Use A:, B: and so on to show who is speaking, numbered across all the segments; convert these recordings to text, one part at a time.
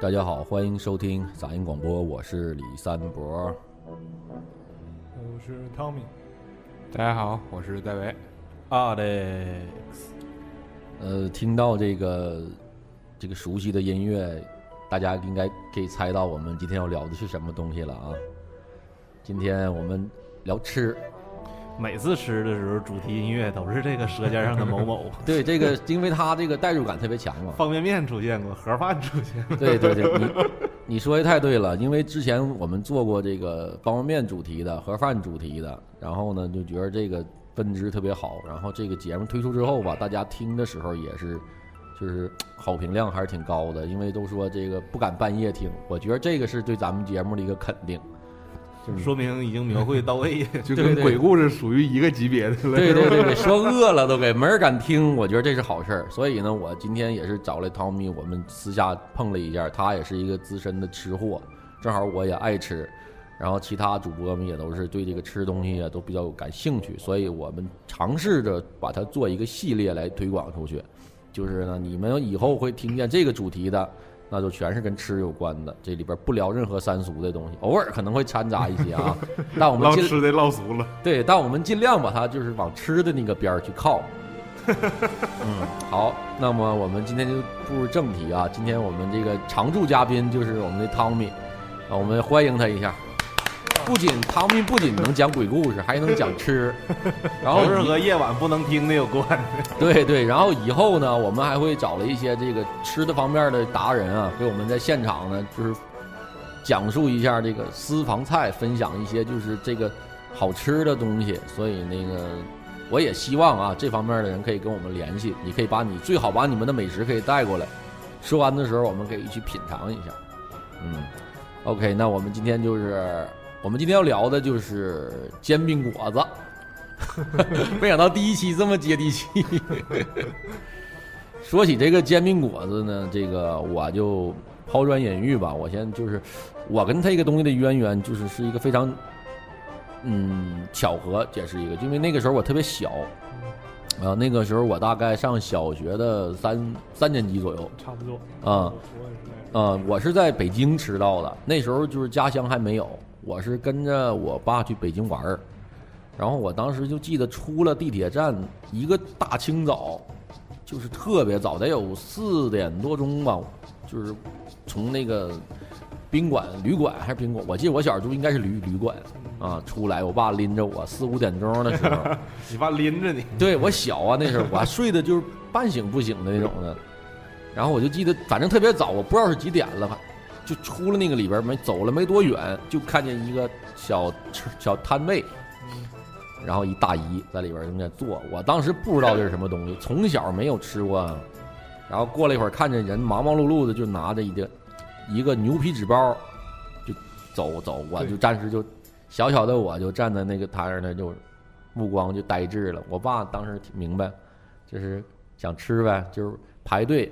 A: 大家好，欢迎收听杂音广播，我是李三博。
B: 呃我是汤米，
C: 大家好，我是戴维。
D: 啊对，
A: 呃，听到这个这个熟悉的音乐，大家应该可以猜到我们今天要聊的是什么东西了啊？今天我们聊吃，，
D: 每次吃的时候，主题音乐都是这个《舌尖上的某 某》
A: 对这个，因为它这个代入感特别强嘛。
D: 方便面出现过，盒饭出现 过，
A: 对对对，你你说的太对了，因为之前我们做过这个方便面主题的、盒饭主题的，然后呢就觉得这个分支特别好，然后这个节目推出之后吧，大家听的时候也是，就是好评量还是挺高的，因为都说这个不敢半夜听，我觉得这个是对咱们节目的一个肯定。嗯
D: 说明已经描绘到位。
C: 就
A: 对
C: 跟
A: 对
C: 鬼故事属于一个级别的了。
A: 对对对对，说饿了都给没人敢听，我觉得这是好事儿。所以呢，我今天也是找来汤米，我们私下碰了一下，他也是一个资深的吃货，正好我也爱吃，然后其他主播们也都是对这个吃东西啊都比较感兴趣，所以我们尝试着把它做一个系列来推广出去。就是呢，你们以后会听见这个主题的。那就全是跟吃有关的，这里边不聊任何三俗的东西，偶尔可能会掺杂一些啊。但我们
C: 唠
A: 尽
C: 吃的唠俗了，
A: 对，但我们尽量把它就是往吃的那个边儿去靠。嗯，好，那么我们今天就步入正题啊。今天我们这个常驻嘉宾就是我们的汤米，啊，我们欢迎他一下。不仅汤米不仅能讲鬼故事，还能讲吃， 然后
D: 都是
A: 以
D: 和夜晚不能听的有关
A: 对对，然后以后呢，我们还会找了一些这个吃的方面的达人啊，给我们在现场呢，就是讲述一下这个私房菜，分享一些就是这个好吃的东西。所以那个，我也希望啊，这方面的人可以跟我们联系，你可以把你最好把你们的美食可以带过来，吃完的时候我们可以去品尝一下。嗯，OK，那我们今天就是我们今天要聊的就是煎饼果子。 没想到第一期这么接地气。说起这个煎饼果子呢，这个我就抛砖引玉吧。我先就是，我跟他一个东西的渊源，就是是一个非常，嗯，巧合，解释一个，因为那个时候我特别小，啊，那个时候我大概上小学的三三年级左右，
B: 差不多
A: 啊
B: 我也是那样。
A: 呃，我是在北京吃到的，那时候就是家乡还没有，我是跟着我爸去北京玩儿，然后我当时就记得出了地铁站，一个大清早，就是特别早，得有四点多钟吧，就是从那个宾馆、旅馆还是宾馆，我记得我小时候应该是旅旅馆啊出来，我爸拎着我四五点钟的时候。
D: 你爸拎着你，
A: 对我小啊，那时候我还睡得就是半醒不醒的那种的。然后我就记得，反正特别早，我不知道是几点了，就出了那个里边儿没走了没多远，就看见一个小吃小摊位，然后一大姨在里边儿正在做。我当时不知道这是什么东西，从小没有吃过。啊然后过了一会儿，看见人忙忙碌碌的就拿着一个一个牛皮纸包，就走走，我就暂时就小小的我就站在那个摊上呢，就目光就呆滞了。我爸当时挺明白，就是想吃呗，就是排队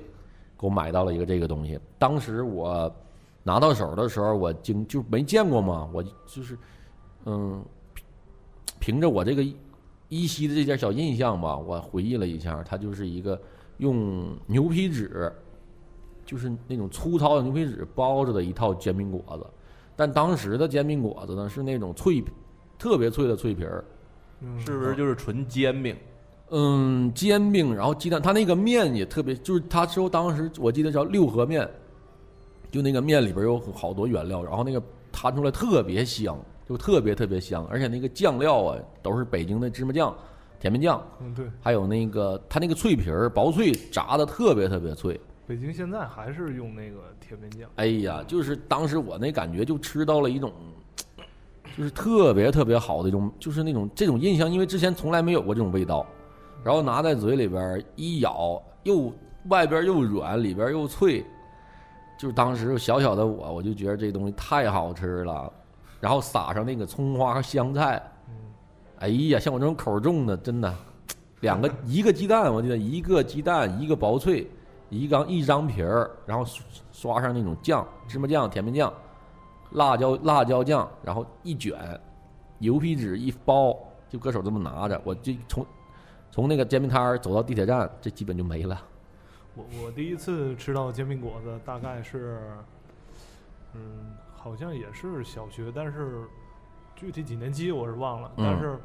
A: 给我买到了一个这个东西。当时我拿到手的时候，我经就没见过嘛，我就是嗯，凭着我这个依稀的这点小印象吧，我回忆了一下，它就是一个用牛皮纸，就是那种粗糙的牛皮纸包着的一套煎饼果子。但当时的煎饼果子呢，是那种脆皮，特别脆的脆皮儿，
B: 嗯
D: 是不是就是纯煎饼？
A: 嗯，煎饼，然后鸡蛋，它那个面也特别，就是它说当时我记得叫六合面，就那个面里边有好多原料，然后那个摊出来特别香，就特别特别香，而且那个酱料啊都是北京的芝麻酱、甜面酱，
B: 嗯，对，
A: 还有那个它那个脆皮儿薄脆，炸的特别特别脆。
B: 北京现在还是用那个甜面酱，
A: 哎呀，就是当时我那感觉就吃到了一种，就是特别特别好的一种，就是那种这种印象，因为之前从来没有过这种味道，然后拿在嘴里边儿一咬，又外边儿又软，里边儿又脆，就是当时小小的我，我就觉得这东西太好吃了，然后撒上那个葱花和香菜，哎呀，像我这种口重的，真的，两个一个鸡蛋，我记得一个鸡蛋，一个薄脆，一张一张皮儿，然后刷刷上那种酱，芝麻酱、甜面酱、辣椒辣椒酱，然后一卷，牛皮纸一包，就搁手这么拿着，我就从从那个煎饼摊儿走到地铁站，这基本就没了。
B: 我我第一次吃到煎饼果子，大概是，嗯，好像也是小学，但是具体几年级我是忘了。
A: 嗯
B: 但是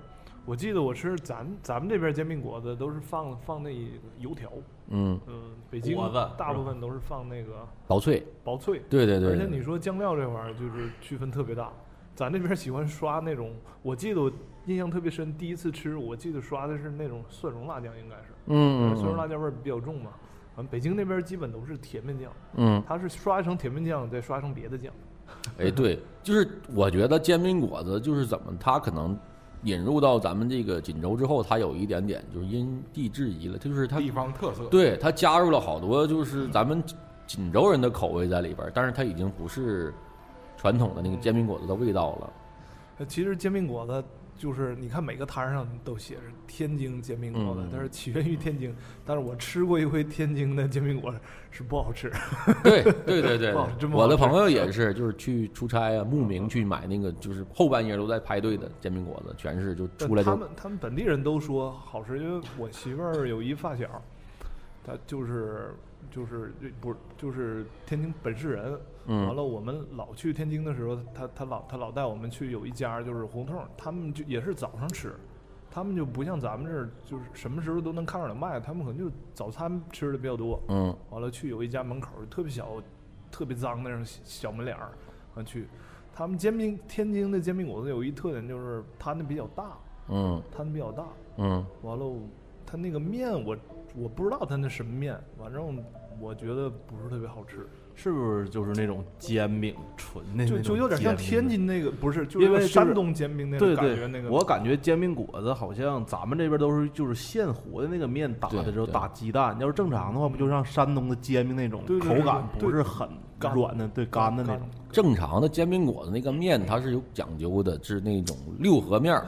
B: 我记得我吃咱咱们这边煎饼果子都是放放那油条，
A: 嗯，
B: 嗯、北京
D: 果子是吧
B: 大部分都是放那个
A: 薄脆，
B: 薄脆，
A: 对对对，
B: 而且你说酱料这玩意儿就是区分特别大，咱这边喜欢刷那种，我记得我印象特别深，第一次吃我记得刷的是那种蒜蓉辣酱，应该是。
A: 嗯
B: 蒜蓉
A: 嗯
B: 辣酱味儿比较重嘛。完，北京那边基本都是甜面酱，
A: 嗯，
B: 它是刷一层甜面酱，再刷一层别的酱。
A: 哎，对，就是我觉得煎饼果子就是怎么，它可能引入到咱们这个锦州之后，它有一点点就是因地制宜了，就是它
C: 啊地方特色。
A: 对它加入了好多就是咱们锦州人的口味在里边儿，但是它已经不是传统的那个煎饼果子的味道 了。
B: 呃其实煎饼果子就是，你看每个摊儿上都写着天津煎饼果子
A: 嗯，
B: 它是起源于天津。但是我吃过一回天津的煎饼果子，是不好吃。
A: 对对对对
B: 不好真
A: 对，
B: 不
A: 我
B: 好
A: 的
B: 吃
A: 朋友也是，就是去出差啊，慕名去买那个，就是后半夜都在排队的煎饼果子，全是就出来
B: 他
A: 就
B: 们他们本地人都说好吃，因为我媳妇儿有一发小，她就是就是不是就是天津本市人，
A: 嗯
B: 完了我们老去天津的时候，她她老她老带我们去有一家就是胡同，他们就也是早上吃。他们就不像咱们这儿，就是什么时候都能看着有卖，他们可能就早餐吃的比较多。
A: 嗯
B: 完了去有一家门口儿特别小、特别脏那种小小门脸儿，完去，他们煎饼天津的煎饼果子有一特点就是摊的比较大，
A: 嗯
B: 摊的比较大。
A: 嗯
B: 完了，它那个面我我不知道它那什么面，反正我觉得不是特别好吃，
D: 是不是就是那种煎饼纯的那
B: 就
D: 种
B: 就有点像天
D: 煎
B: 津那个，不是，就是
D: 因为
B: 那个
D: 就是
B: 山东煎饼那
D: 饼？
B: 种
D: 对
B: 感
D: 对
B: 觉那个。
D: 我感觉煎饼果子好像咱们这边都是就是现和的那个面打的
A: 对
D: 时候
A: 对
D: 打鸡蛋，要是正常的话，不就像山东的煎饼那种
B: 对对
D: 口
B: 对
D: 感
B: 对
D: 不是很
B: 干
D: 软的，对干的那种
B: 干。
A: 正常的煎饼果子那个面它是有讲究的，是那种六合面儿，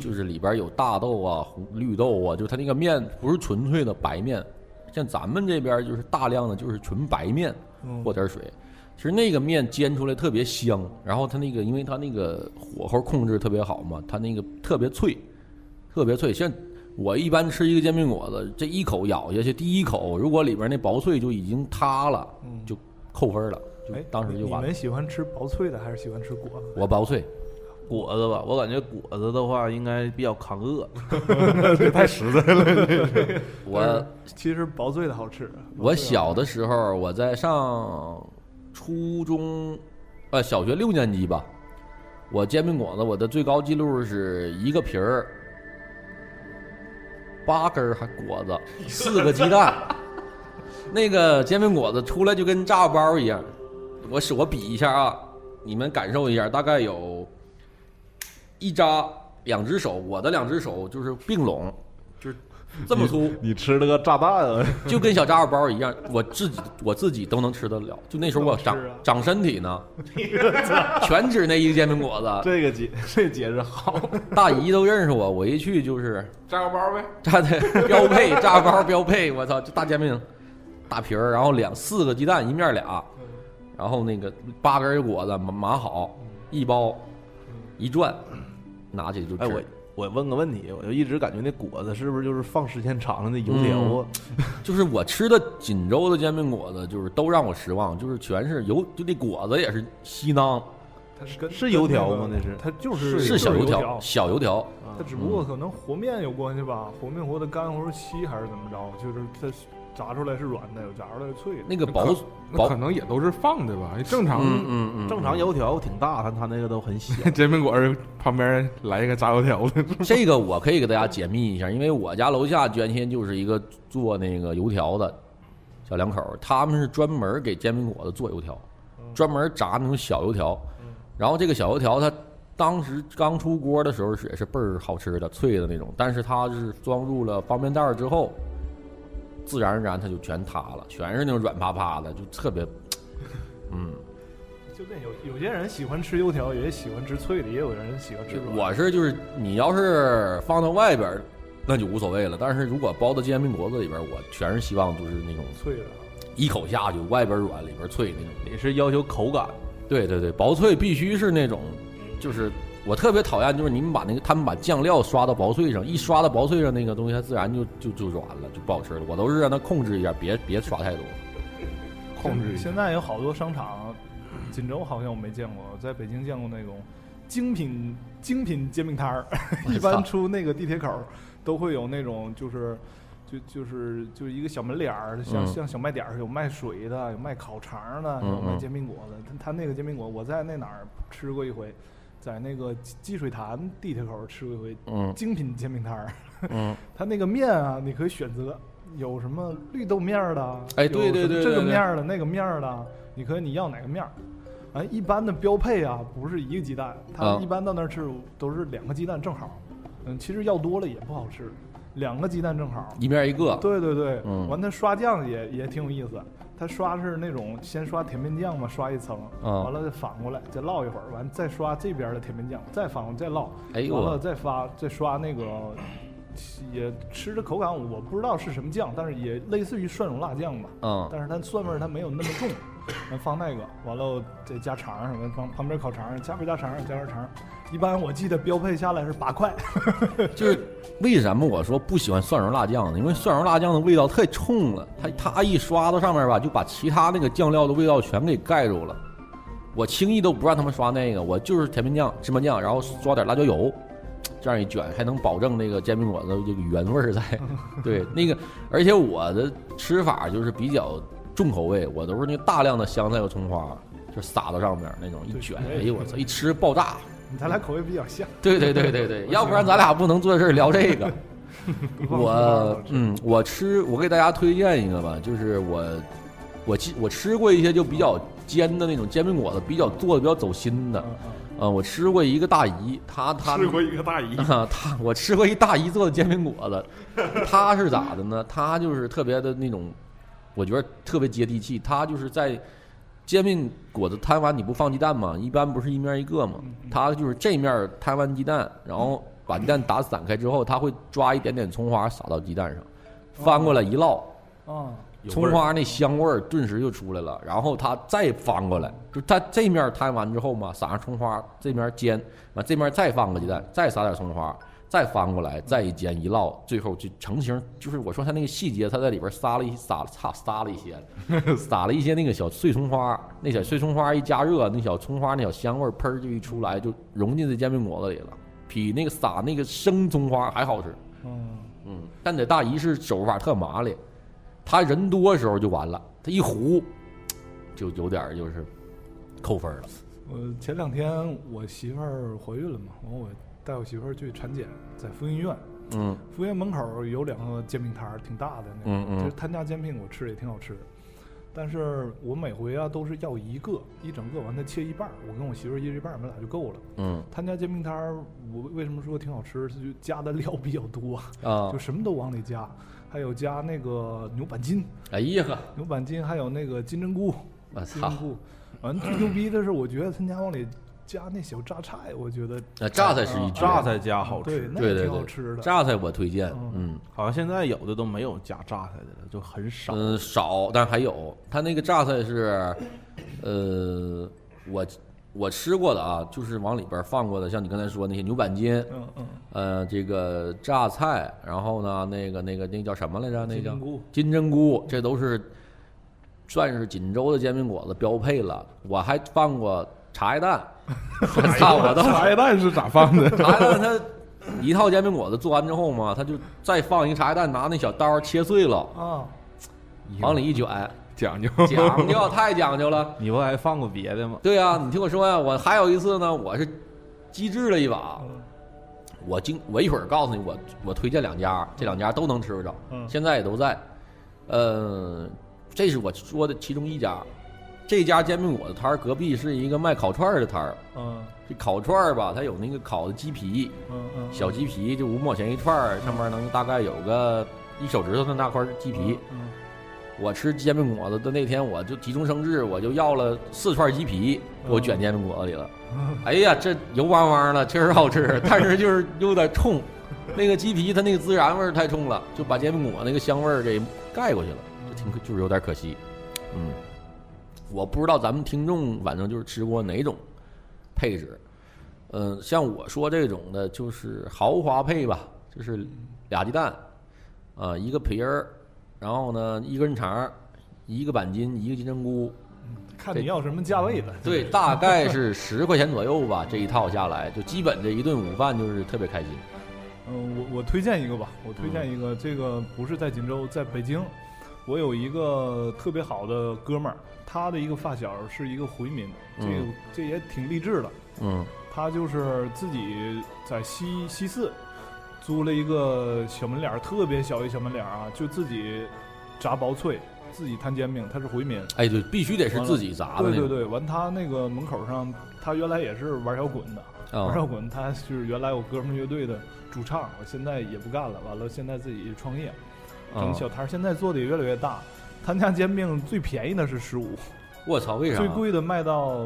A: 就是里边有大豆啊、红绿豆啊，就是它那个面不是纯粹的白面，像咱们这边就是大量的就是纯白面
B: 嗯，
A: 和点水。其实那个面煎出来特别香，然后它那个因为它那个火候控制特别好嘛，它那个特别脆，特别脆。像我一般吃一个煎饼果子，这一口咬下去，第一口如果里边那薄脆就已经塌了，就扣分了，就
B: 哎，
A: 当时就
B: 你
A: 完了
B: 们。喜欢吃薄脆的还是喜欢吃 果子？
A: 我薄脆，
D: 果子吧，我感觉果子的话应该比较抗 饿。
C: 这太实在了。
A: 我
B: 其实薄脆的好吃。啊
A: 我小的时候，我在上初中，呃，小学六年级吧，我煎饼果子我的最高记录是一个皮儿，八根儿还果子，四个鸡蛋， 那个煎饼果子出来就跟炸药包一样，我手我比一下啊，你们感受一下，大概有一扎两只手，我的两只手就是并拢，就是这么粗。
D: 你吃了个炸弹 啊！
A: 就跟小炸药包一样，我自己我自己都能吃得了。就那时候我长、
B: 能吃啊
A: 长身体 呢，全指那一个煎饼果子。
D: 这个解 这解释好，
A: 大姨都认识我，我一去就是
C: 炸药包呗，
A: 炸的标配，炸药包标配。我操，这大煎饼，大皮儿，然后两四个鸡蛋，一面俩，
B: 嗯
A: 然后那个八根儿果子码码好，一包一转，拿起就吃。
D: 哎，我我问个问题，我就一直感觉那果子是不是就是放时间长了那油条啊？
A: 就是我吃的锦州的煎饼果子，就是都让我失望，就是全是油，就那果子也是稀囊。
B: 它是跟
D: 是油
B: 跟那
D: 条
B: 个
D: 吗那是
B: 它就是
A: 是小
B: 油
A: 油条，小油条，
D: 嗯
B: 它只不过可能和面有关系吧，和面和的干和的稀还是怎么着，就是它炸出来是软的，有炸出来是脆的。
A: 那个薄
C: 可那可
A: 薄，
C: 能也都是放的吧，正常
A: 嗯嗯嗯，
D: 正常油条挺大，但它那个都很 小。
C: 煎饼果儿旁边来一个炸油条的，
A: 嗯这个我可以给大家解密一下，因为我家楼下原先就是一个做那个油条的小两口儿，他们是专门给煎饼果子做油条，专门炸那种小油条。然后这个小油条它当时刚出锅的时候是也是倍儿好吃的，脆的那种，但是它是装入了方便袋儿之后，自然而然它就全塌了，全是那种软趴趴的，就特别，嗯。
B: 就那有有些人喜欢吃油条，也喜欢吃脆的，也有人喜欢吃软的。
A: 我是就是你要是放到外边儿，那就无所谓了。但是如果包到煎饼果子里边儿，我全是希望就是那种
B: 脆的啊，
A: 一口下去，外边儿软里边儿脆那种。
D: 你是要求口感，
A: 对对对，薄脆必须是那种，就是我特别讨厌就是你们把那个他们把酱料刷到薄脆上，一刷到薄脆上那个东西它自然就就就软了，就不好吃了。我都是让它控制一下，别别刷太多。
C: 控制一下
B: 现。在有好多商场，锦州好像我没见过，在北京见过那种精品精品煎饼摊儿，一般出那个地铁口儿都会有那种就是。就就是就是一个小门脸儿，像
A: 嗯
B: 像小卖点儿，有卖水的，有卖烤肠儿的，
A: 嗯
B: 有卖
A: 嗯
B: 煎饼果子。他他那个煎饼果，我在那哪儿吃过一回，在那个积积水潭地铁口儿吃过一回
A: 嗯
B: 精品煎饼摊儿。
A: 嗯，
B: 它那个面啊，你可以选择有什么绿豆面儿的，
A: 哎
B: 有
A: 对
B: 什
A: 对
B: 么
A: 对
B: 这
A: 对
B: 个
A: 对
B: 面儿的那个面儿的，你可以你要哪个面儿。啊，一般的标配啊，不是一个鸡蛋，它
A: 啊
B: 一般到那儿吃都是两个鸡蛋正好。嗯，其实要多了也不好吃，两个鸡蛋正好。
A: 一面一个，
B: 对对对，
A: 嗯
B: 完它刷酱也也挺有意思，它刷是那种先刷甜面酱嘛，刷一层，
A: 啊
B: 完了再反过来再烙一会儿，完再刷这边的甜面酱，再反过来再烙，
A: 哎呦
B: 完了再发再刷那个，也吃的口感我不知道是什么酱，但是也类似于蒜蓉辣酱吧，
A: 嗯
B: 但是它蒜味儿它没有那么 重，咱放那个，完了再加肠儿什么，旁旁边烤肠儿，加不加肠儿加点肠儿，一般我记得标配下来是八块，
A: 就是为什么我说不喜欢蒜蓉辣酱呢？因为蒜蓉辣酱的味道太冲了，它它一刷到上面吧，就把其他那个酱料的味道全给盖住了。我轻易都不让他们刷那个，我就是甜面酱、芝麻酱，然后刷点辣椒油，这样一卷，还能保证那个煎饼果子这个原味儿在。对，那个而且我的吃法就是比较重口味，我都是那大量的香菜和葱花，就撒到上面那种一
B: 对
A: 卷，
B: 我也
A: 哎呦我操，一吃爆炸。
B: 咱俩口味比较像。
A: 对对对对对，要不然咱俩不能坐这儿聊这个。我
B: 嗯，
A: 嗯，我吃，我给大家推荐一个吧，就是我我记我吃过一些就比较煎的那种煎饼果子，比较做的比较走心
B: 嗯
A: 的。呃，我吃过一个大姨，她她
C: 嗯吃过一个大姨，
A: 啊，他我吃过一大姨做的煎饼果子，他是咋的呢？他就是特别的那种，我觉得特别接地气。他就是在煎饼果子摊完你不放鸡蛋吗？一般不是一面一个吗？
C: 嗯
A: 他就是这面儿摊完鸡蛋，然后把鸡蛋打散开之后，他会抓一点点葱花撒到鸡蛋上，翻过来一烙，
B: 啊，
D: 有味
A: 葱
D: 儿
A: 花那香味儿顿时就出来了，然后它再翻过来，就它这面摊完之后嘛，撒上葱花，这面煎，完这面再放个鸡蛋，再撒点葱花，再翻过来，再一煎一烙，最后就成型。就是我说它那个细节，它在里边撒了一撒撒撒了一 些，撒了一些那个小碎葱花，那小碎葱花一加热，那小葱花那小香味儿喷儿就一出来，就融进这煎饼果子里了，比那个撒那个生葱花还好吃。
B: 嗯，
A: 嗯，但在大姨是手法特麻利，他人多的时候就完了，他一糊，就有点儿就是扣分儿了。
B: 我前两天我媳妇儿怀孕了嘛，完我带我媳妇儿去产检，在妇婴医院，
A: 嗯
B: 妇婴门口有两个煎饼摊儿，挺大的那种，
A: 嗯嗯
B: 就是他家煎饼我吃也挺好吃，但是我每回啊都是要一个一整个，完他切一半儿，我跟我媳妇儿一人一半儿，我们俩就够了。
A: 嗯
B: 他家煎饼摊儿，我为什么说挺好吃？就加的料比较多，
A: 啊
B: 就，什么都往里加，还有加那个牛板筋，
A: 哎呀呵，
B: 牛板筋还有那个金针菇，
A: 我
B: 金
A: 操
B: 针！菇。完最牛逼的是，我觉得他家往里加那小榨菜，我觉得啊
A: 那啊榨菜是一绝，
D: 榨菜加好
B: 对，
D: 吃，
B: 那
A: 对
B: 也
A: 对
B: 挺好吃
A: 对，
B: 的。
A: 榨菜我推荐，嗯
B: 嗯
D: 好像现在有的都没有加榨菜的了，就很少。
A: 嗯少，但还有他那个榨菜是，呃，我我吃过的啊，就是往里边儿放过的，像你刚才说那些牛板筋，
B: 嗯嗯，
A: 呃，这个榨菜，然后呢，那个那个那个叫什么来着？那
B: 金
A: 叫
B: 针菇
A: 金针菇，这都是算是锦州的煎饼果子标配了。我还放过茶叶 蛋，我操，我
B: 哎
A: 都
C: 茶叶蛋是咋放的？
A: 茶叶蛋它一套煎饼果子做完之后嘛，它就再放一个茶叶蛋，拿那小刀切碎了，
B: 啊，
A: 往里一卷，
C: 讲究，
A: 讲究太讲究了。
D: 你不还放过别的吗？
A: 对呀、你听我说呀、我还有一次呢，我是机智了一把，
B: 嗯
A: 我今我一会儿告诉你，我我推荐两家，这两家都能吃着，
B: 嗯
A: 现在也都在。呃，这是我说的其中一家，这家煎饼果子摊儿隔壁是一个卖烤串儿的摊儿，
B: 嗯
A: 这烤串儿吧，它有那个烤的鸡皮，
B: 嗯嗯，
A: 小鸡皮就五毛钱一串儿，上面能大概有个一手指头那么大块儿鸡皮。
B: 嗯，
A: 我吃煎饼果子的那天，我就急中生智，我就要了四串鸡皮，给我卷煎饼果子里了。哎呀，这油汪汪的，确实好吃，但是就是有点冲。那个鸡皮它那个孜然味儿太冲了，就把煎饼果那个香味儿给盖过去了，这挺可就是有点可惜。嗯，我不知道咱们听众反正就是吃过哪种配置，嗯、像我说这种的，就是豪华配吧，就是俩鸡蛋，啊、一个皮儿，然后呢，一根肠儿，一个板筋，一个金针菇，
B: 看你要什么价位的。
A: 对，大概是十块钱左右吧。这一套下来，就基本这一顿午饭就是特别开心。
B: 嗯，我我推荐一个吧，我推
A: 嗯
B: 荐一个，这个不是在锦州，在北京。我有一个特别好的哥们儿，他的一个发小是一个回民，这个、
A: 嗯
B: 这也挺励志的。
A: 嗯
B: 他就是自己在西西四租了一个小门脸儿，特别小一小门脸儿啊，就自己炸薄脆，自己摊煎饼。他是回民，
A: 哎，对，必须得是自己炸的那
B: 对对
A: 种。啊
B: 对。完，他那个门口上，他原来也是玩摇滚的，玩
A: 啊
B: 摇滚，他是原来我哥们儿乐队的主唱，我现在也不干了，完了现在自己创业，整
A: 啊！
B: 小摊儿，现在做的也越来越大。他家煎饼最便宜的是十五，
A: 我操，为啥？
B: 最贵的卖到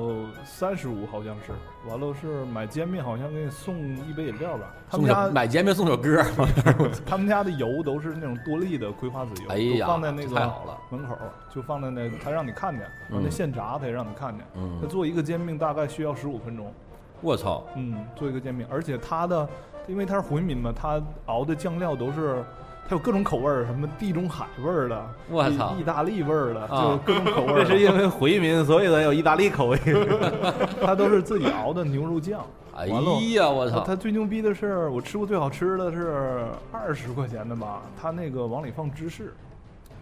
B: 三十五，好像是。完了是买煎饼，好像给你送一杯饮料吧。他
A: 送
B: 们
A: 首
B: 家
A: 买煎饼送首歌儿，
B: 他们家的油都是那种多粒的葵花籽油，
A: 哎
B: 都
A: 呀，
B: 放在那
A: 太
B: 个
A: 好了，
B: 门口，就放在那，他让你看见，完了
A: 嗯
B: 现炸他也让你看见。他
A: 嗯，
B: 做一个煎饼大概需要十五分钟，
A: 我操，
B: 嗯，做一个煎饼，而且它的，因为它是回民嘛，它熬的酱料都是，它有各种口味儿，什么地中海味儿的，
A: 我
B: 意
A: 操
B: 意大利味儿的，
A: 啊
B: 就是各种口味
D: 这
B: 儿
D: 是
B: 的，
D: 因为回民，所以才有意大利口味。
B: 它都是自己熬的牛肉酱。
A: 哎
B: 完了
A: 呀，我操，
B: 啊它最牛逼的是，我吃过最好吃的是二十块钱的吧，它那个往里放芝士，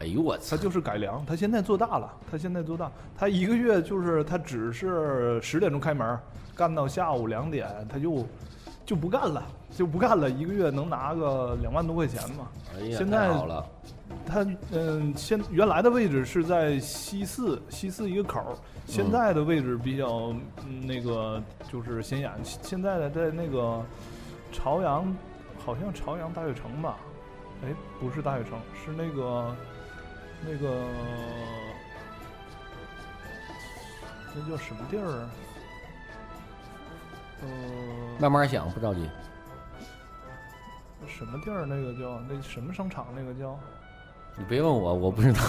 A: 哎呦我
B: 它
A: 操，
B: 就是改良，它现在做大了，它现在做大，它一个月就是它只是十点钟开门，干到下午两点，它就就不干了，就不干了，一个月能拿个两万多块钱嘛。
A: 哎呀，
B: 现
A: 太
B: 在
A: 好了，
B: 它嗯，现原来的位置是在西四西四一个口儿，现在的位置比较、嗯那个就是显眼，现现在的在那个朝阳，好像朝阳大悦城吧？哎，不是大悦城，是那个那个那叫什么地儿啊？呃，
A: 慢慢想，不着急。
B: 什么地儿？那个叫那什么商场？那个叫、
A: 你别问我，我不知道。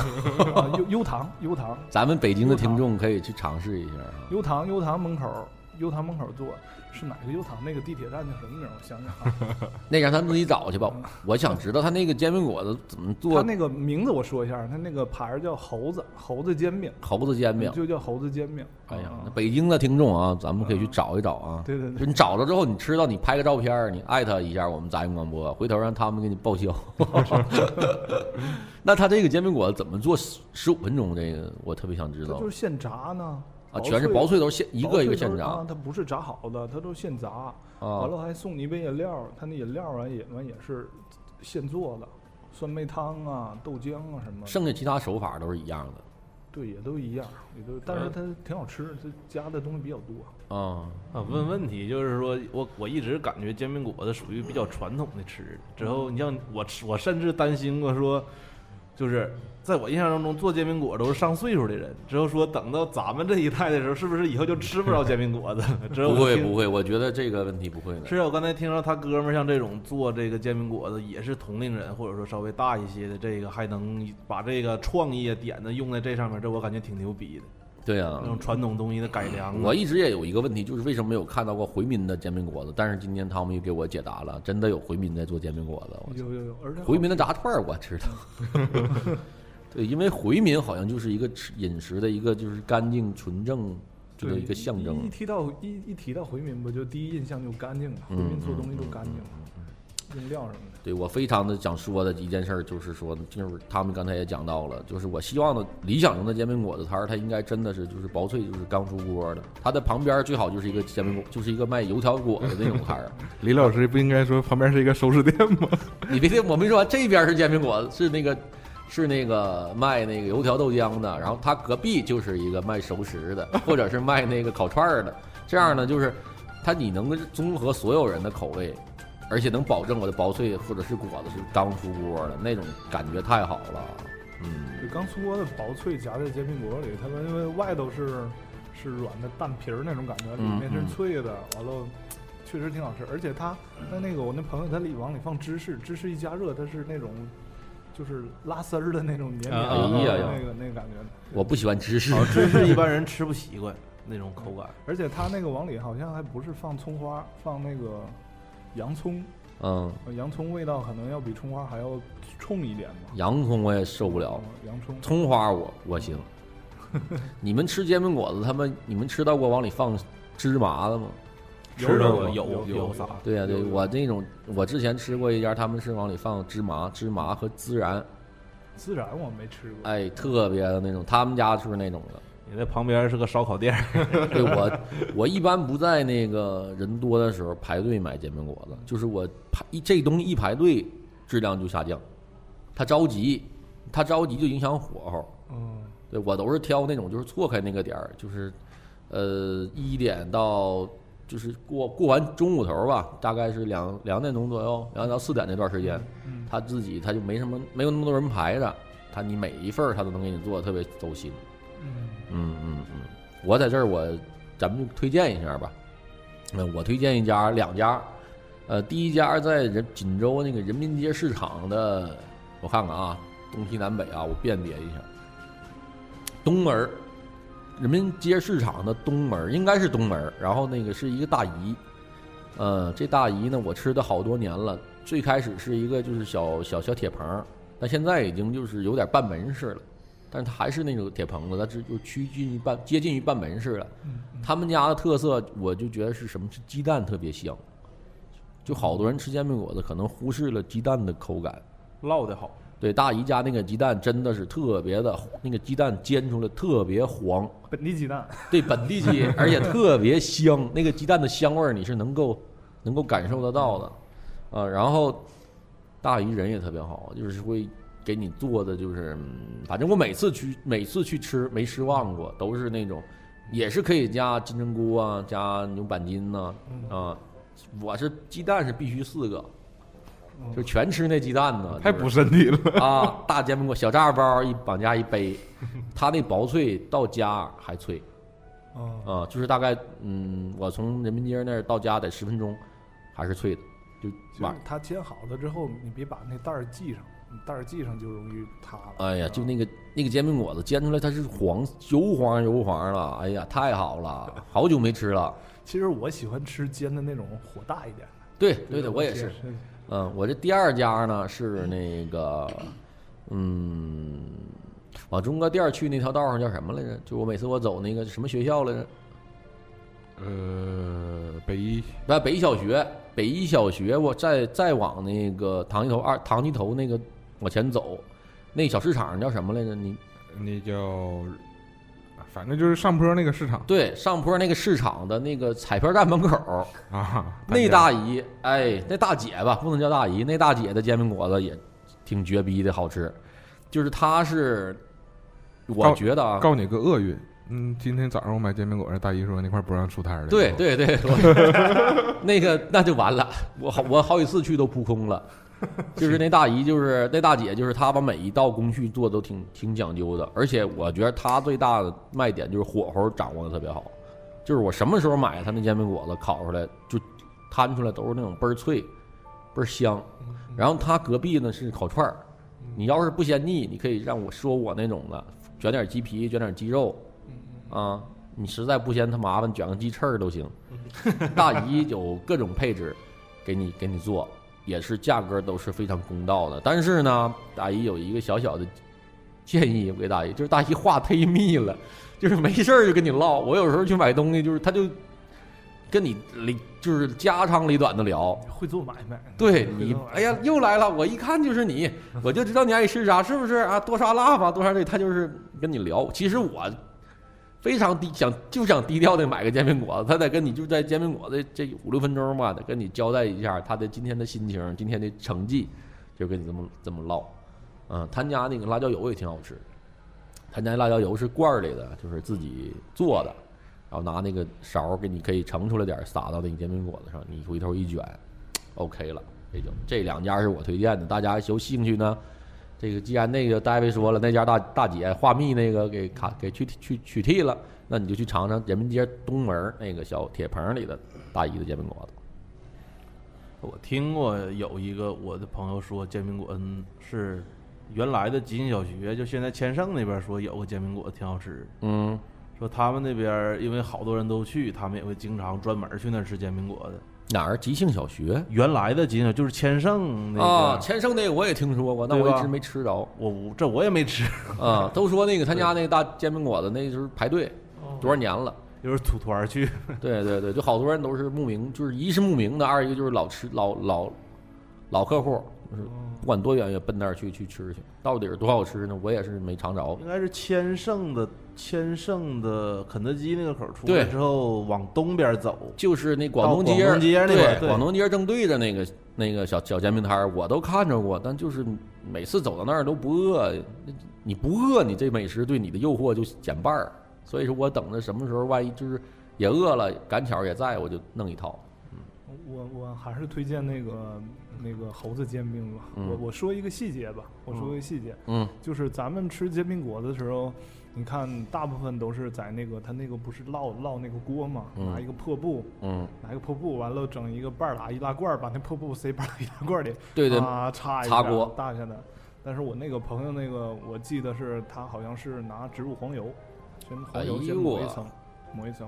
B: 啊、优优唐优唐。
A: 咱们北京的听众可以去尝试一下啊。
B: 优唐优唐门口，优唐门口坐是哪个优唐？那个地铁站叫什么名儿？我想想啊，
A: 那让他们自己找去吧。我想知道他那个煎饼果子怎么
B: 它
A: 做
B: 那个名字我说一下，它那个牌儿叫猴子猴子煎饼，
A: 猴子煎饼。
B: 就叫猴子煎饼。
A: 哎呀
B: 嗯，
A: 那北京的听众啊，咱们可以去找一找啊。
B: 对对
A: 就
B: 对，
A: 你找着之后，你吃到，你拍个照片儿，你艾特一下我们杂音广播，回头让他们给你报 销。那他这个煎饼果子怎么做？十十五分钟，这个我特别想知
B: 它
A: 道
B: 就是现炸呢，
A: 啊，全是薄脆都是现一
B: 薄
A: 个一
B: 脆
A: 个
B: 都
A: 现
B: 是
A: 炸
B: 啊它不是炸好的，它都是现炸。完
A: 啊。
B: 了还送你一杯饮料，它那饮料啊也完也是现做的，酸梅汤啊、豆浆啊什么的，
A: 剩下其他手法都是一样
B: 对也都一样，也都，但是它挺好吃，它加的东西比较多。
A: 的啊。
D: 啊，问问题就是说，我我一直感觉煎饼果子属于比较传统的吃。之后，你像我吃，我甚至担心过说，就是在我印象当中做煎饼果都是上岁数的人。之后说，等到咱们这一代的时候，是不是以后就吃不着煎饼果子了？之后
A: 不
D: 我
A: 会
D: 听
A: 不会，我觉得这个问题不会的。
D: 是啊，我刚才听说他哥们儿像这种做这个煎饼果子，也是同龄人或者说稍微大一些的，这个还能把这个创意啊点子用在这上面，这我感觉挺牛逼的。
A: 对啊呀、
D: 那种传统东西的改良啊，
A: 我一直也有一个问题，就是为什么没有看到过回民的煎饼果子？但是今天他们又给我解答了，真的有回民在做煎饼果子。我
B: 有有有，而且
A: 哦回民的炸串儿我知道， 对，因为回民好像就是一个吃饮食的一个就是干净纯正这个
B: 对
A: 一个象
B: 一
A: 征啊
B: 一。提到一一提到回民，不就第一印象就干净嘛？回
A: 嗯
B: 民做东西都干净，用料什么的。
A: 对我非常的想说的一件事儿就是说，就是他们刚才也讲到了，就是我希望的理想中的煎饼果子摊儿，它应该真的是就是薄脆，就是刚出锅的，它的旁边最好就是一个煎饼果，就是一个卖油条果的那种摊儿。
C: 李老师不应该说旁边是一个首饰店吗？
A: 你别听我没说完，这边是煎饼果子，是那个是那个卖那个油条豆浆的，然后他隔壁就是一个卖熟食的，或者是卖那个烤串儿的。这样呢，就是他你能综合所有人的口味，而且能保证我的薄脆或者是果子是刚出锅的那种感觉太好了。嗯，
B: 对，刚出锅的薄脆夹在煎饼果里，它们因为外头是是软的蛋皮儿那种感觉，里
A: 嗯
B: 面是
A: 嗯
B: 脆的，完了确实挺好吃。而且它它那个我那朋友他里往里放芝士，芝士一加热，它是那种就是拉丝儿的那种绵绵
D: 啊
B: 的
A: 哎呀
B: 那
A: 呀
B: 个那个感觉。
A: 我不喜欢芝士，
D: 好吃是一般人吃不习惯，那种口感。
B: 而且它那个往里好像还不是放葱花，放那个洋葱，
A: 嗯，
B: 呃洋葱味道可能要比葱花还要冲一点嘛。
A: 洋葱我也受不了，
B: 嗯洋葱，
A: 葱花我我行。你们吃煎饼果子，他们你们吃到过往里放芝麻的吗？
B: 有
D: 吃到
B: 有有
D: 过有
B: 有
D: 有
B: 有
A: 对呀、对
B: 有
A: 我那种我之前吃过一家，他们是往里放芝麻、芝麻和孜然，
B: 孜然我没吃过，
A: 哎，特别的那种。他们家就是那种的。
D: 你那旁边是个烧烤店儿，
A: 对我，我一般不在那个人多的时候排队买煎饼果子，就是我排一这东西一排队，质量就下降。他着急，他着急就影响火候。
B: 嗯，
A: 对我都是挑那种就是错开那个点儿，就是呃一点到就是过过完中午头儿吧，大概是两两点钟左右，两点到四点那段时间，
B: 嗯
A: 他自己他就没什么没有那么多人排着，他你每一份儿他都能给你做得特别走心。
B: 嗯，
A: 嗯嗯嗯，我在这儿我咱们就推荐一下吧。那我推荐一家两家，呃，第一家在人锦州那个人民街市场的，我看看啊，东西南北啊，我辨别一下。东门儿，人民街市场的东门儿应该是东门儿，然后那个是一个大姨，呃，这大姨呢，我吃的好多年了，最开始是一个就是小小小铁棚儿，但现在已经就是有点半门式了。但是它还是那种铁棚子，它只就趋近于半接近于半门式了。他们家的特色，我就觉得是什么是鸡蛋特别香，就好多人吃煎饼果子可能忽视了鸡蛋的口感。
D: 烙的好，
A: 对大姨家那个鸡蛋真的是特别的，那个鸡蛋煎出来特别黄，
B: 本地鸡蛋，
A: 对本地鸡，而且特别香，那个鸡蛋的香味儿你是能够能够感受得到的，啊，然后大姨人也特别好，就是会给你做的，就是、嗯反正我每次去每次去吃没失望过，都是那种也是可以加金针菇啊，加牛板筋呐、啊，我是鸡蛋是必须四个，就全吃那鸡蛋呢，
C: 太
A: 就是
C: 补身体了。
A: 啊，大煎饼果小炸包一绑架一背，它那薄脆到家还脆
B: 嗯，
A: 啊，就是大概嗯，我从人民街那儿到家得十分钟，还是脆的，就
B: 就
A: 完
B: 是。它煎好了之后，你别把那袋儿系上，你袋儿系上就容易塌了。
A: 哎呀，
B: 是吧
A: 就那个那个煎饼果子煎出来，它是黄油黄油黄了，哎呀，太好了，好久没吃了。
B: 其实我喜欢吃煎的那种火大一点的。
A: 对对的，我也
B: 煎
A: 是。，嗯，我这第二家呢是那个，嗯，往钟哥店儿去那条道上叫什么来着？就我每次我走那个什么学校来着？
C: 呃，北一
A: 在北一小学，北一小学，我再再往那个唐鸡头二唐鸡头那个往前走，那小市场叫什么来着？你
C: 那叫，反正就是上坡那个市场
A: 对上坡那个市场的那个彩票站门口，
C: 啊，
A: 那大姨，哎，那大姐吧，不能叫大姨，那大姐的煎饼果子也挺绝逼的好吃，就是她是，我
C: 高
A: 觉得啊，
C: 告你个厄运。嗯，今天早上我买煎饼果子，大姨说那块不让出摊儿了。
A: 对，对对，我那个那就完了，我好我好几次去都扑空了，就是那大姨就是那大姐就是她把每一道工序做得都挺挺讲究的，而且我觉得她最大的卖点就是火候掌握的特别好，就是我什么时候买她那煎饼果子烤出来就摊出来都是那种倍儿脆，倍儿香，然后她隔壁呢是烤串儿，你要是不嫌腻，你可以让我说我那种的，卷点鸡皮，卷点鸡肉，啊，你实在不嫌它麻烦，卷个鸡翅儿都行。大姨有各种配置，给你给你做，也是价格都是非常公道的。但是呢，大姨有一个小小的建议，我给大姨，就是大姨话忒密了，就是没事儿就跟你唠。我有时候去买东西，就是她就跟你里就是家长里短的聊，
B: 会做买卖。
A: 对
B: 会
A: 你
B: 做买，卖
A: 哎呀，又来了！我一看就是 你，我就知道你爱吃啥，是不是啊？多沙拉吧，多沙这，他就是跟你聊。其实我非常低，想就想低调的买个煎饼果子，他得跟你就在煎饼果子这五六分钟吧，得跟你交代一下他的今天的心情、今天的成绩，就跟你这么这么唠。嗯，他家那个辣椒油也挺好吃，他家辣椒油是罐儿里的，就是自己做的，然后拿那个勺儿给你可以盛出来点儿，撒到那个煎饼果子上，你回头一卷。OK 了，也就这两家是我推荐的，大家有兴趣呢。这个既然那个大卫说了，那家大大姐画密那个给卡给取取取缔了，那你就去尝尝人民街东门儿那个小铁棚里的大姨的煎饼果子。
D: 我听过有一个我的朋友说煎饼果子是原来的吉林小学，就现在千盛那边说有个煎饼果子挺好吃，
A: 嗯，
D: 说他们那边儿因为好多人都去，他们也会经常专门儿去那儿吃煎饼果子。
A: 哪儿？吉庆小学
D: 原来的景点就是千盛那个，
A: 啊，
B: 哦
A: 千盛那个我也听说过，但
D: 对
A: 我
D: 吧
A: 一直没吃着
D: 我无这我也没 吃，
A: 啊。都说那个他家那个大煎饼果子，那就是排队
D: 哦
A: 多少年 了。
D: 就是土团儿去，
A: 对对对，就好多人都是慕名，就是一是慕名的，二一个就是老吃老老老客户，就
B: 嗯
A: 是不管多远也奔那儿去去吃去。到底是多好吃呢？我也是没尝着。
D: 应该是千盛的千盛的肯德基那个口儿出来
A: 对
D: 之后往东边走，
A: 就是那广东街儿，
D: 到广东街那块儿
A: 对，
D: 对
A: 广东街儿正对着那个那个小小煎饼摊儿，我都看着过，但就是每次走到那儿都不饿，你不饿，你这美食对你的诱惑就减半儿。所以说我等着什么时候万一就是也饿了，赶巧儿也在，我就弄一套。
B: 嗯我我还是推荐那个那个猴子煎饼吧。
A: 嗯
B: 我我说一个细节吧，我说一个细节，
A: 嗯
B: 就是咱们吃煎饼果子的时候，你看大部分都是在那个他那个不是烙烙那个锅嘛，
A: 嗯
B: 拿一个破布，
A: 嗯，
B: 拿一个破布，完了整一个半儿拉易拉罐儿，把那破布塞半儿 拉易拉罐儿里，
A: 对对
B: 啊，插一
A: 擦
B: 下
A: 锅
B: 搭下来。但是我那个朋友那个，我记得是他好像是拿植物黄油，先黄油
A: 哎
B: 先
A: 呦
B: 抹一
A: 啊
B: 层，抹一层。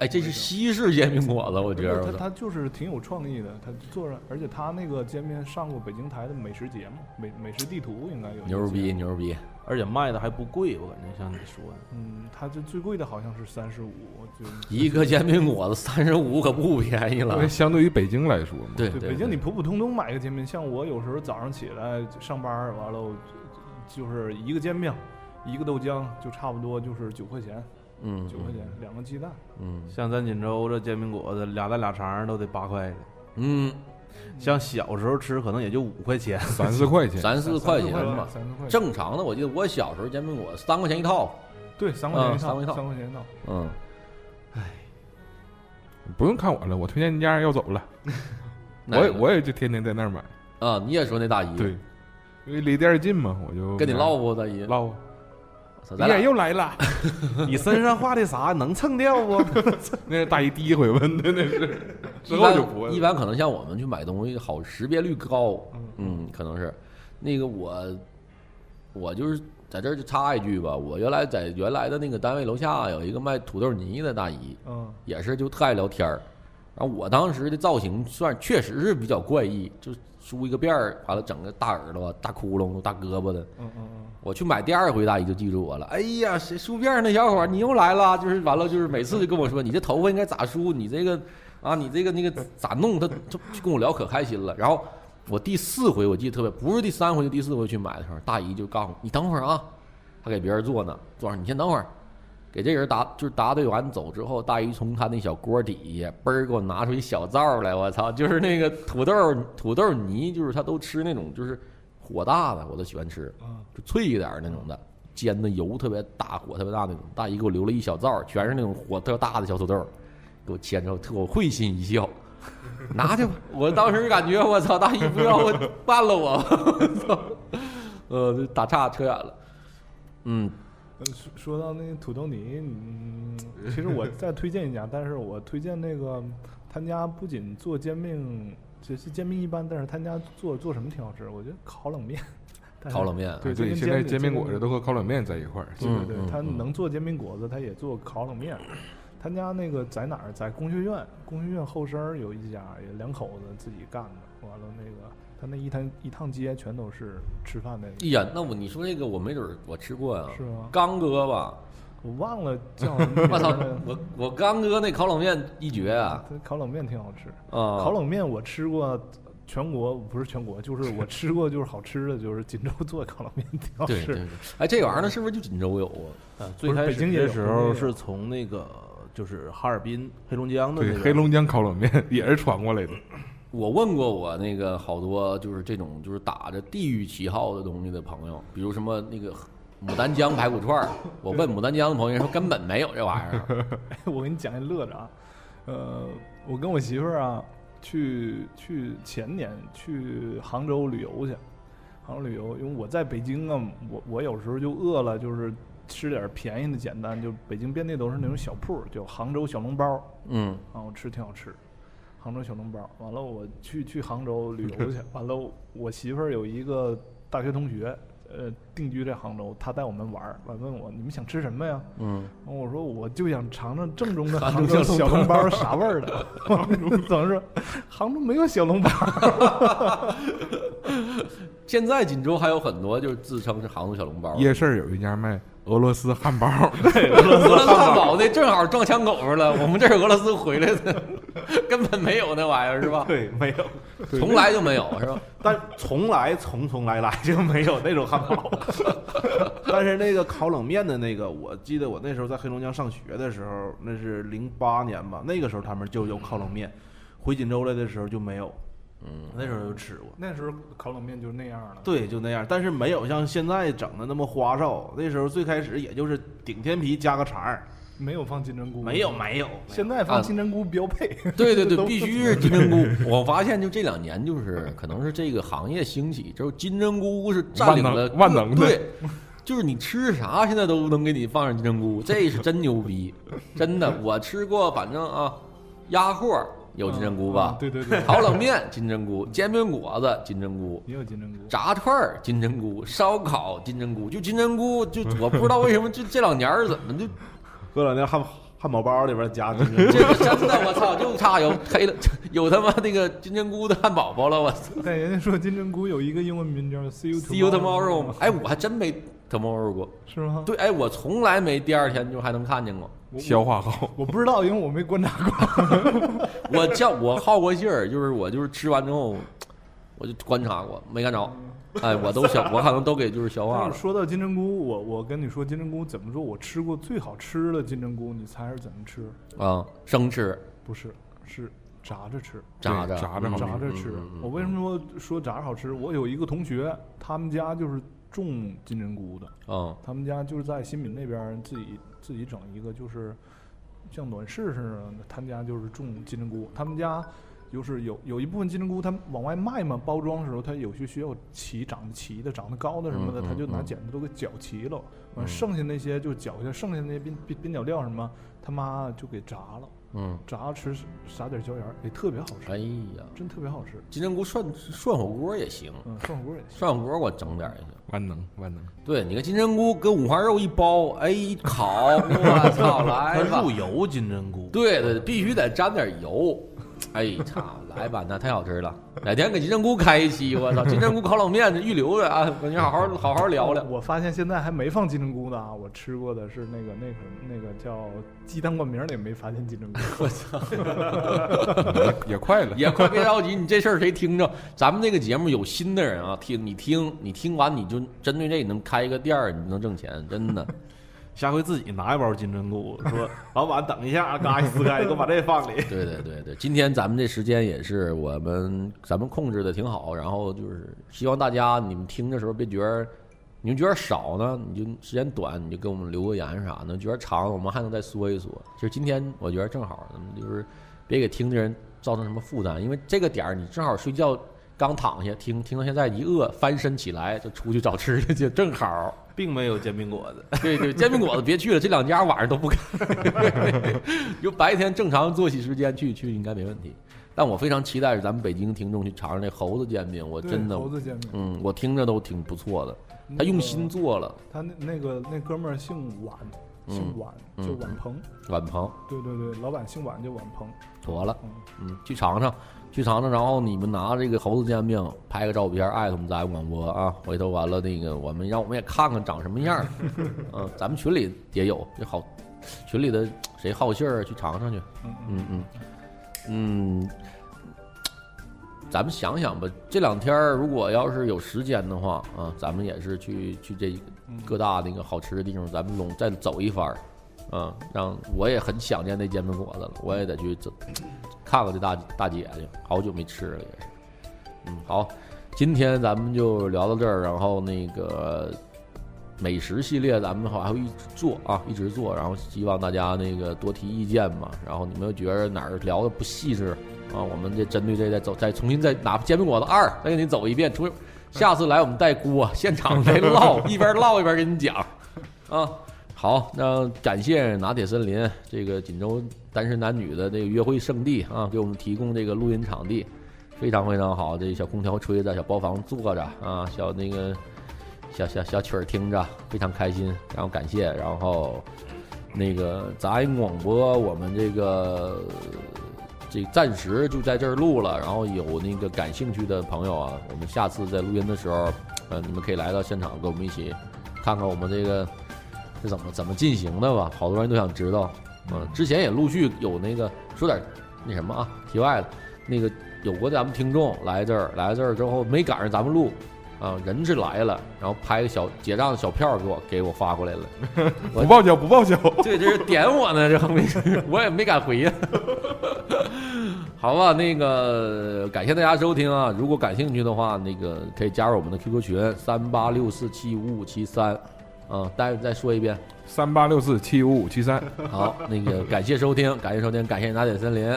A: 哎，这是西式煎饼果子，我觉
B: 不
A: 得
B: 是他他就是挺有创意的，他做着，而且他那个煎饼上过北京台的美食节目，美美食地图应该有一个
A: 牛
B: 节
A: 逼
B: 目。
A: 牛逼。
D: 而且卖的还不贵，我感觉像你说的。
B: 嗯，他这最贵的好像是三十五，我觉得。
A: 一个煎饼果子三十五可不便宜
C: 因
A: 了
C: 为。相对于北京来说嘛，
A: 对
B: 对，北京你普普通通买个煎饼，像我有时候早上起来上班儿完了，我就就是一个煎饼，一个豆浆，就差不多就是九块钱，
A: 嗯
B: 九块钱两个鸡蛋。
A: 嗯
D: 像咱锦州这煎饼果子，俩蛋俩肠儿都得八块的。
A: 嗯，
D: 像小时候吃可能也就五块钱，
C: 三四块钱，
A: 三四块钱
B: 三四
A: 吧。
B: 三四块钱，
A: 正常的，我记得我小时候煎饼果子三块钱一套，
B: 对，三块钱
A: 嗯
B: 一
A: 三块一套
B: 套，三块钱一套。
A: 嗯，
C: 不用看我了，我推荐那家要走了，我也我也就天天在那儿买，
A: 啊，你也说那大姨，
C: 对，因为离店儿近嘛，我就
A: 跟你
C: 买
A: 唠不大姨，
C: 唠，
A: 操
C: 你
A: 咱
C: 也
A: 俩
C: 又来了，
D: 你身上画的啥能蹭掉 啊不？
C: 那是大姨第一回问的，那是 之
A: 一
C: 后就不问
A: 般
C: 了
A: 一般可能像我们去买东西，好识别率高，嗯，可能是那个我我就是在这儿就插一句吧，我原来在原来的那个单位楼下有一个卖土豆泥的大姨，
B: 嗯，
A: 也是就特爱聊天儿。然后我当时的造型算确实是比较怪异，就梳一个辫儿，完了整个大耳朵、大窟窿、大胳膊的。
B: 嗯嗯嗯，
A: 我去买第二回大姨就记住我了。哎呀，谁梳辫儿那小伙儿，你又来了，就是完了，就是每次就跟我说你这头发应该咋梳，你这个啊，你这个那个咋弄，他就就跟我聊可开心了。然后我第四回我记得特别，不是第三回就第四回去买的时候，大姨就告诉我你等会儿啊，她给别人做呢，坐上你先等会儿。给这人答就是答对完走之后，大姨从她那小锅底下嘣儿给我拿出一小灶儿来，我操，就是那个土豆儿土豆儿泥，就是她都吃那种就是火大的，我都喜欢吃。就脆一点儿那种的，煎的油特别大，火特别大那种。大姨给我留了一小灶，全是那种火特大的小土豆，给我切之后，特我会心一 笑，拿去吧。我当时感觉我操，大姨不要 我办了我，我操，呃，就打岔扯远了。嗯，
B: 呃说说到那个土豆泥，嗯，其实我再推荐一家，但是我推荐那个他家不仅做煎饼，只是煎饼一般，但是他家做做什么挺好吃，我觉得烤冷面，但是
A: 烤冷面
B: 哎对，就
C: 对，
B: 跟
C: 现在
B: 煎
C: 煎饼果子都和烤冷面在一块儿，
B: 对
A: 嗯
B: 对
A: 嗯
B: 对，他
A: 嗯
B: 能做煎饼果子，他也做烤冷面。他家那个在哪儿？在工学院，工学院后身儿有一家，也两口子自己干的。完了那个，他那一摊一趟街全都是吃饭那
A: 哎呀，那我你说这个我没准儿我吃过呀、
B: 是吗
A: 刚哥 吧，
B: 我忘了 叫什么名
A: 我操。
B: 儿了
A: 我我刚哥那烤冷面一绝啊！
B: 他烤冷面挺好吃。
A: 啊
B: 烤冷面我吃过，全国不是全国，就是我吃过就是好吃的，就是锦州做的烤冷面挺好
A: 对对
B: 吃。
A: 对，哎，这玩意儿呢是不是就锦州有啊？
D: 啊最开
B: 北京
D: 始
B: 也
D: 的
B: 有北
D: 时
B: 京也
D: 候
B: 有
D: 是从那个就是哈尔滨、黑龙江的那
C: 对，
D: 个
C: 黑龙江烤冷面也是传过来的，
A: 我问过我那个好多就是这种就是打着地域旗号的东西的朋友，比如什么那个牡丹江排骨串儿，我问牡丹江的朋友说根本没有这玩意 儿。
B: 我给你讲一乐子啊，呃，我跟我媳妇儿啊，去去前年去杭州旅游去，杭州旅游，因为我在北京啊，我我有时候就饿了，就是吃点儿便宜的简单，就北京遍地都是那种小铺儿，叫杭州小笼包儿，
A: 嗯，
B: 啊，我吃挺好吃，杭州小笼包儿。完了，我去去杭州旅游去，完了我媳妇儿有一个大学同学，呃定居在杭州，他带我们玩儿，完问我你们想吃什么呀？
A: 嗯，
B: 我说我就想尝尝正宗的
A: 杭
B: 杭
A: 州
B: 州
A: 小
B: 小
A: 笼
B: 笼包是啥味 儿的。总是杭州没有小笼包，
A: 现在锦州还有很多就是自称是杭州小笼 包的，
C: 夜市儿有一家卖俄罗斯汉堡的，
A: 俄罗斯汉堡那正好撞枪口上了，我们这是俄罗斯回来的， 根本没有那玩意儿是吧？
D: 对，没有，
A: 从来就没有是吧？
D: 但从来从从来来就没有那种汉 堡。但是那个烤冷面的那个，我记得我那时候在黑龙江上学的时候，那是零八年吧，那个时候他们就有烤冷面，回锦州来的时候就没有，
A: 嗯，
D: 那时候就吃过。
B: 那时候烤冷面就那样了。
D: 对，就那样，但是没有像现在整的那么花哨。那时候最开始也就是顶天皮加个肠儿，
B: 没有放金针菇，
D: 没有。没有，
B: 现在放金针菇标配，
A: 啊 对对对，
B: 都
A: 必须是金针菇。 我发现就这两年，就是可能是这个行业兴起之后，金针菇是占领了
C: 万能万能的
A: 对，就是你吃啥现在都能给你放上金针菇，这是真牛逼，真的。我吃过，反正啊，鸭货有金针菇吧
B: 嗯嗯，对对对，
A: 烤冷面金针菇，煎饼果子金针菇，
B: 也有金针菇。
A: 炸串儿金针菇，烧烤金针菇，就金针菇，就我不知道为什么就这两年儿怎么就
D: 搁两天汉汉堡包里边加金针
A: 这个真的我操，就差有黑了有他妈那个金针菇的汉堡包了，我 操
B: 但人家说金针菇有一个英文名叫 “see you
A: ，See you tomorrow，哎，我还真没 tomorrow 过，
B: 是吗？
A: 对，哎，我从来没第二天就还能看见过。
B: 我
C: 消化好。
B: 我不知道，因为我没观察过。
A: 我叫我好过信儿，就是我就是吃完之后，我就观察过，没看着，哎，我都消，我可能都给就是消化
B: 但
A: 了
B: 是。说到金针菇，我我跟你说，金针菇怎么做？我吃过最好吃的金针菇，你猜是怎么吃？
A: 啊、生吃
B: 不是，是炸着吃，
A: 炸着
C: 对炸着好
A: 嗯
C: 吃
B: 炸着吃。
A: 嗯嗯嗯
B: 我为什么说说炸着好吃？我有一个同学，他们家就是种金针菇的，
A: 嗯
B: 他们家就是在新民那边儿自己自己整一个，就是像暖室似的，他们家就是种金针菇，他们家。就是有有一部分金针菇，他们往外卖嘛，包装的时候，它有些需要齐长得齐的、长得高的什么的，
A: 嗯嗯
B: 他就拿
A: 嗯
B: 剪子都给绞齐了。
A: 嗯
B: 完，剩下那些就绞一下，剩下那些边边边角料什么，他妈就给炸了。
A: 嗯，
B: 炸了吃撒点椒盐儿，也特别好吃，
A: 哎呀，
B: 真特别好吃。
A: 金针菇涮涮火锅也行，
B: 嗯，涮火锅也行。
A: 涮火锅我整点儿也行。
C: 万能万能，
A: 对，你看金针菇跟五花肉一包，哎，一烤，我操，来
D: 它
A: 吧
D: 入！油金针菇。
A: 对对，必须得沾点油。哎，操，来吧，那太好吃了。 哪天给金针菇开一期，我操，金针菇烤冷面预留着啊，你好 好好好聊聊。
B: 我发现现在还没放金针菇的啊，我吃过的是那个那个那个叫鸡蛋灌饼里没发现金针菇。我操！
C: 也快了。
A: 也快别着急，你这事儿谁听着？咱们这个节目有新的人啊，听你听，你听完你就针对这你能开一个店儿，你能挣钱，真的。
D: 下回自己拿一包金针菇，说老板等一下，啊嘎一撕开，给我把这放里。
A: 对 对对对，今天咱们这时间也是我们咱们控制的挺好，然后就是希望大家你们听的时候别觉得，你们觉得少呢，你就时间短，你就给我们留个言啥的；觉得长，我们还能再说一说。就是今天我觉得正好，咱们就是别给听的人造成什么负担，因为这个点儿你正好睡觉刚躺下听，听到现在一饿，翻身起来就出去找吃的去，正好。
D: 并没有煎饼果子，
A: 对对，煎饼果子别去了，这两家晚上都 不开，就白天正常作息时间去去应该没问题。但我非常期待咱们北京听众去尝尝这猴子煎饼， 我
B: 对
A: 真的
B: 猴，子嗯煎饼，
A: 嗯，我听着都挺不错的，
B: 那
A: 他用
B: 个
A: 心。做了。
B: 他那那个那哥们儿姓婉，姓婉，
A: 嗯
B: 就
A: 嗯
B: 婉鹏。
A: 碗鹏
B: 对对对，老板姓婉叫婉鹏。
A: 妥了，
B: 嗯，
A: 嗯，去尝尝，去尝尝，然后你们拿这个猴子煎饼拍个照片，艾特我们杂音广播啊，回头完了那个我们让我们也看看长什么样 儿，嗯，咱们群里也有，这好，群里的谁好信儿去尝尝去。
B: 嗯嗯，
A: 嗯嗯，嗯，咱们想想吧，这两天儿如果要是有时间的话啊，咱们也是去去这各大那个好吃的地方，咱们拢再走一番儿，啊，让我也很想念那煎饼果子了，我也得去走看看这大大姐去，好久没吃了也是。嗯，好，今天咱们就聊到这儿，然后那个美食系列咱们好还会一直做啊，一直做，然后希望大家那个多提意见嘛。然后你们又觉得哪儿聊的不细致啊，我们这针对这再走再重新再拿煎饼果子二再给你走一遍，重下次来我们带锅，现场再 唠，一边唠一边给你讲啊。好，那感谢拿铁森林这个锦州单身男女的这个约会圣地啊，给我们提供这个录音场地，非常非常好。这小空调吹着，小包房坐着啊，小那个小小小曲儿听着，非常开心，然后感谢，然后那个杂音广播，我们这个这暂时就在这儿录了，然后有那个感兴趣的朋友啊，我们下次在录音的时候，呃，你们可以来到现场跟我们一起看看我们这个是怎么怎么进行的吧，好多人都想知道，嗯、之前也陆续有那个说点那什么啊，题外了，那个有过咱们听众来这儿，来这儿之后没赶上咱们录，啊，人是来了，然后拍个小结账的小票给我给我发过来了，
C: 不报销不报销，
A: 对，这是点我呢，这后面我也没敢回呀。 好吧，那个感谢大家收听啊！如果感兴趣的话，那个可以加入我们的 QQ 群三八六四七五五七三，啊，待会再说一遍。
C: 三八六四七五五七三，
A: 好，那个感谢收听，感谢收听，感谢拿铁森林，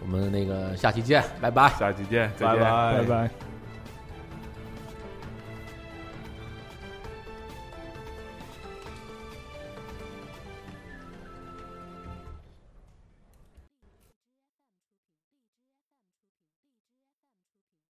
A: 我们那个下期见，拜拜。
C: 下期见，再
D: 拜
C: 见。
D: 拜
B: 拜拜。